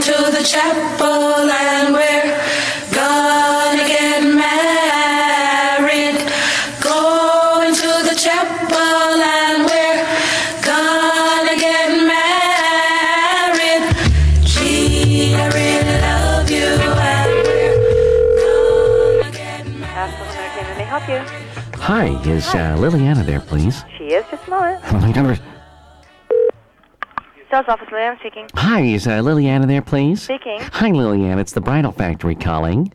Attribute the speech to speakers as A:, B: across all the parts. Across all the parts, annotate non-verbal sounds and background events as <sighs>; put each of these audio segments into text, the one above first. A: to the chapel and we're gonna get married. Going to the chapel and we're gonna get married. Gee, I really love you and we're gonna get married.
B: Ashland Entertainment may help you.
C: Hi, is uh, Liliana there, please? <laughs>
B: She is just a moment.
C: My number-
B: Sales office, Liliana speaking.
C: Hi, is uh, Liliana there, please?
B: Speaking.
C: Hi, Liliana. It's the Bridal Factory calling.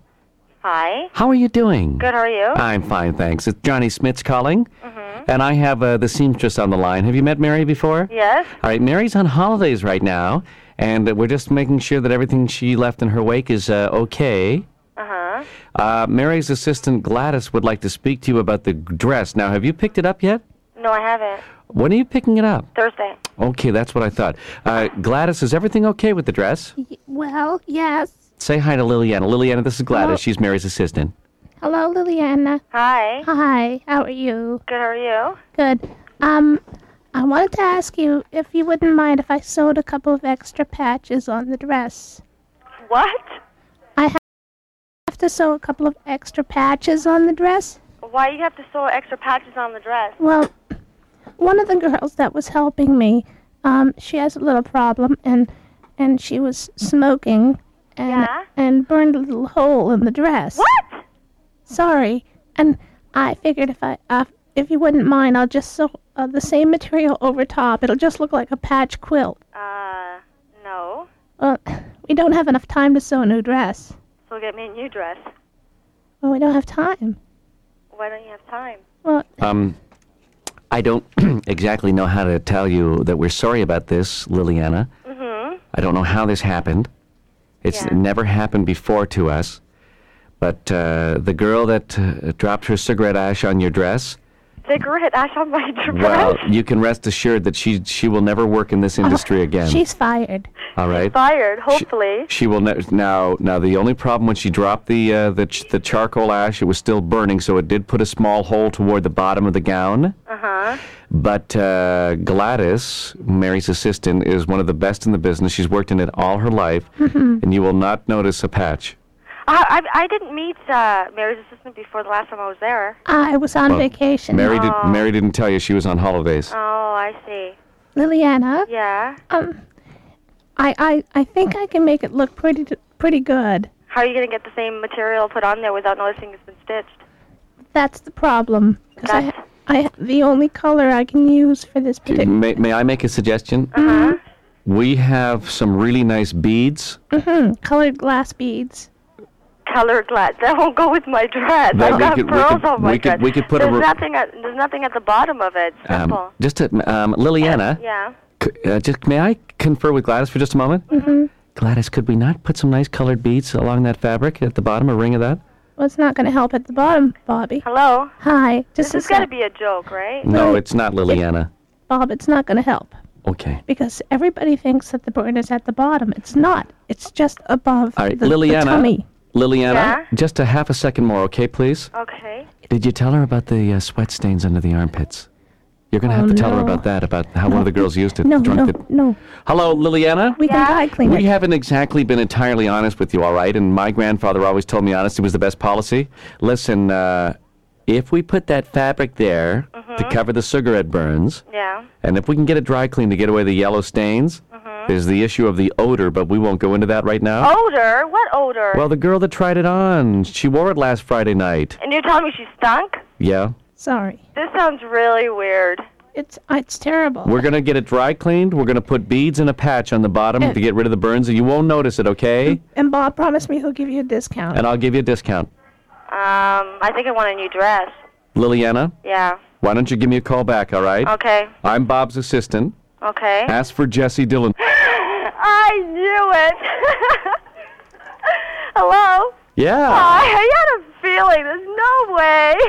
B: Hi.
C: How are you doing?
B: Good, how are you?
C: I'm fine, thanks. It's Johnny Smits calling,
B: Mm-hmm.
C: and I have uh, the seamstress on the line. Have you met Mary before?
B: Yes.
C: All right, Mary's on holidays right now, and uh, we're just making sure that everything she left in her wake is uh, okay.
B: Uh-huh.
C: Uh, Mary's assistant Gladys would like to speak to you about the dress. Now, have you picked it up yet?
B: No, I haven't.
C: When are you picking it up?
B: Thursday.
C: Okay, that's what I thought. Uh, Gladys, is everything okay with the dress?
D: Well, yes.
C: Say hi to Liliana. Liliana, this is Gladys. She's Mary's assistant.
D: Hello, Liliana.
B: Hi.
D: Hi, how are you?
B: Good, how are you?
D: Good. Um, I wanted to ask you if you wouldn't mind if I sewed a couple of extra patches on the dress.
B: What?
D: I have to sew a couple of extra patches on the dress.
B: Why you have to sew extra patches on the dress?
D: Well, one of the girls that was helping me, um, she has a little problem, and and she was smoking, and
B: Yeah?
D: and burned a little hole in the dress.
B: What?
D: Sorry. And I figured if I uh, if you wouldn't mind, I'll just sew uh, the same material over top. It'll just look like a patch quilt.
B: Uh, no.
D: Well, <sighs> we don't have enough time to sew a new dress.
B: So get me a new dress.
D: Well, we don't have time.
B: Why don't you have time?
D: Well,
C: Um, I don't <clears throat> exactly know how to tell you that we're sorry about this, Liliana. Mm-hmm. I don't know how this happened. It's
B: Yeah.
C: never happened before to us. But uh, the girl that uh, dropped her cigarette ash on your dress,
B: The girl had ash on my <laughs> dress.
C: well, you can rest assured that she she will never work in this industry again.
D: she's fired.
C: All right.
B: Fired, hopefully.
C: She will ne- now. Now the only problem when she dropped the uh, the ch- the charcoal ash, it was still burning, so it did put a small hole toward the bottom of the gown.
B: Uh-huh.
C: But uh, Gladys, Mary's assistant, is one of the best in the business. She's worked in it all her life, and you will not notice a patch.
B: I, I, I didn't meet uh, Mary's assistant before the last time I was there.
D: I was on vacation. Uh,
C: Mary did. Mary didn't tell you she was on holidays.
B: Oh, I see.
D: Liliana,
B: Yeah.
D: um, I, I I think I can make it look pretty pretty good.
B: How are you going to get the same material put on there without noticing it's been stitched?
D: That's the problem. 'Cause I-
B: That's-
D: I, the only color I can use for this particular.
C: May, may I make a suggestion? We have some really nice beads.
D: colored glass beads.
B: Color glass. That won't go with my dress.
C: Well,
B: I've
C: we
B: got
C: could- we
B: pearls
C: could-
B: on my
C: we could-
B: dress.
C: we could put a
B: there's
C: re-
B: nothing. At, there's nothing at the bottom of it. It's Simple.
C: Um, just to, um, Liliana.
B: yeah.
C: C- uh, just may I confer with Gladys for just a moment? Mm-hmm. Gladys, could we not put some nice colored beads along that fabric at the bottom, a ring of that?
D: Well, it's not going to help at the bottom, Bobby.
B: Hello.
D: Hi, just
B: This has
D: a
B: got to
D: sec.
B: be a joke, right?
C: No,
D: Mm.
C: it's not, Liliana.
D: Bob. It's not going to help
C: Okay.
D: because everybody thinks that the burn is at the bottom. It's not. It's just above
C: All right,
D: the, the
C: Liliana.
D: tummy.
C: Liliana,
B: Yeah?
C: just a half a second more, okay, please?
B: Okay.
C: Did you tell her about the uh, sweat stains under the armpits? You're going to
D: Oh,
C: have to tell her
D: no.
C: about that, about how one of the girls used it.
D: No,
C: drunk
D: no,
C: it.
D: no.
C: Hello, Liliana?
D: We
B: Yeah?
D: can dry clean
C: We
D: it.
C: haven't exactly been entirely honest with you, all right? And my grandfather always told me honesty was the best policy. Listen, uh, if we put that fabric there to cover the cigarette burns,
B: Yeah.
C: and if we can get it dry cleaned to get away the yellow stains, there's the issue of the odor, but we won't go into that right
B: Oh.
C: now.
B: Odor. What odor?
C: Well, the girl that tried it on, she wore it last Friday night.
B: and you're telling me she stunk?
C: Yeah.
D: Sorry,
B: This sounds really weird.
D: it's uh, it's terrible.
C: We're going to get it dry cleaned. We're going to put beads and a patch on the bottom
D: Uh,
C: to get rid of the burns, and you won't notice it, okay?
D: and Bob promised me he'll give you a discount.
C: And I'll give you a discount.
B: Um, I think I want a new dress.
C: Liliana,
B: Yeah.
C: why don't you give me a call back, all right?
B: Okay.
C: I'm Bob's assistant.
B: Okay.
C: Ask for Jesse Dillon.
B: I knew it. <laughs> Hello.
C: Yeah.
B: I had a feeling. There's no way. <laughs>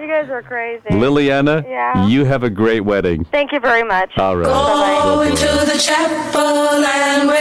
B: You guys are crazy.
C: Liliana,
B: Yeah.
C: you have a great wedding.
B: Thank you very much.
C: All right.
B: Bye-bye.
A: Going to the chapel and we're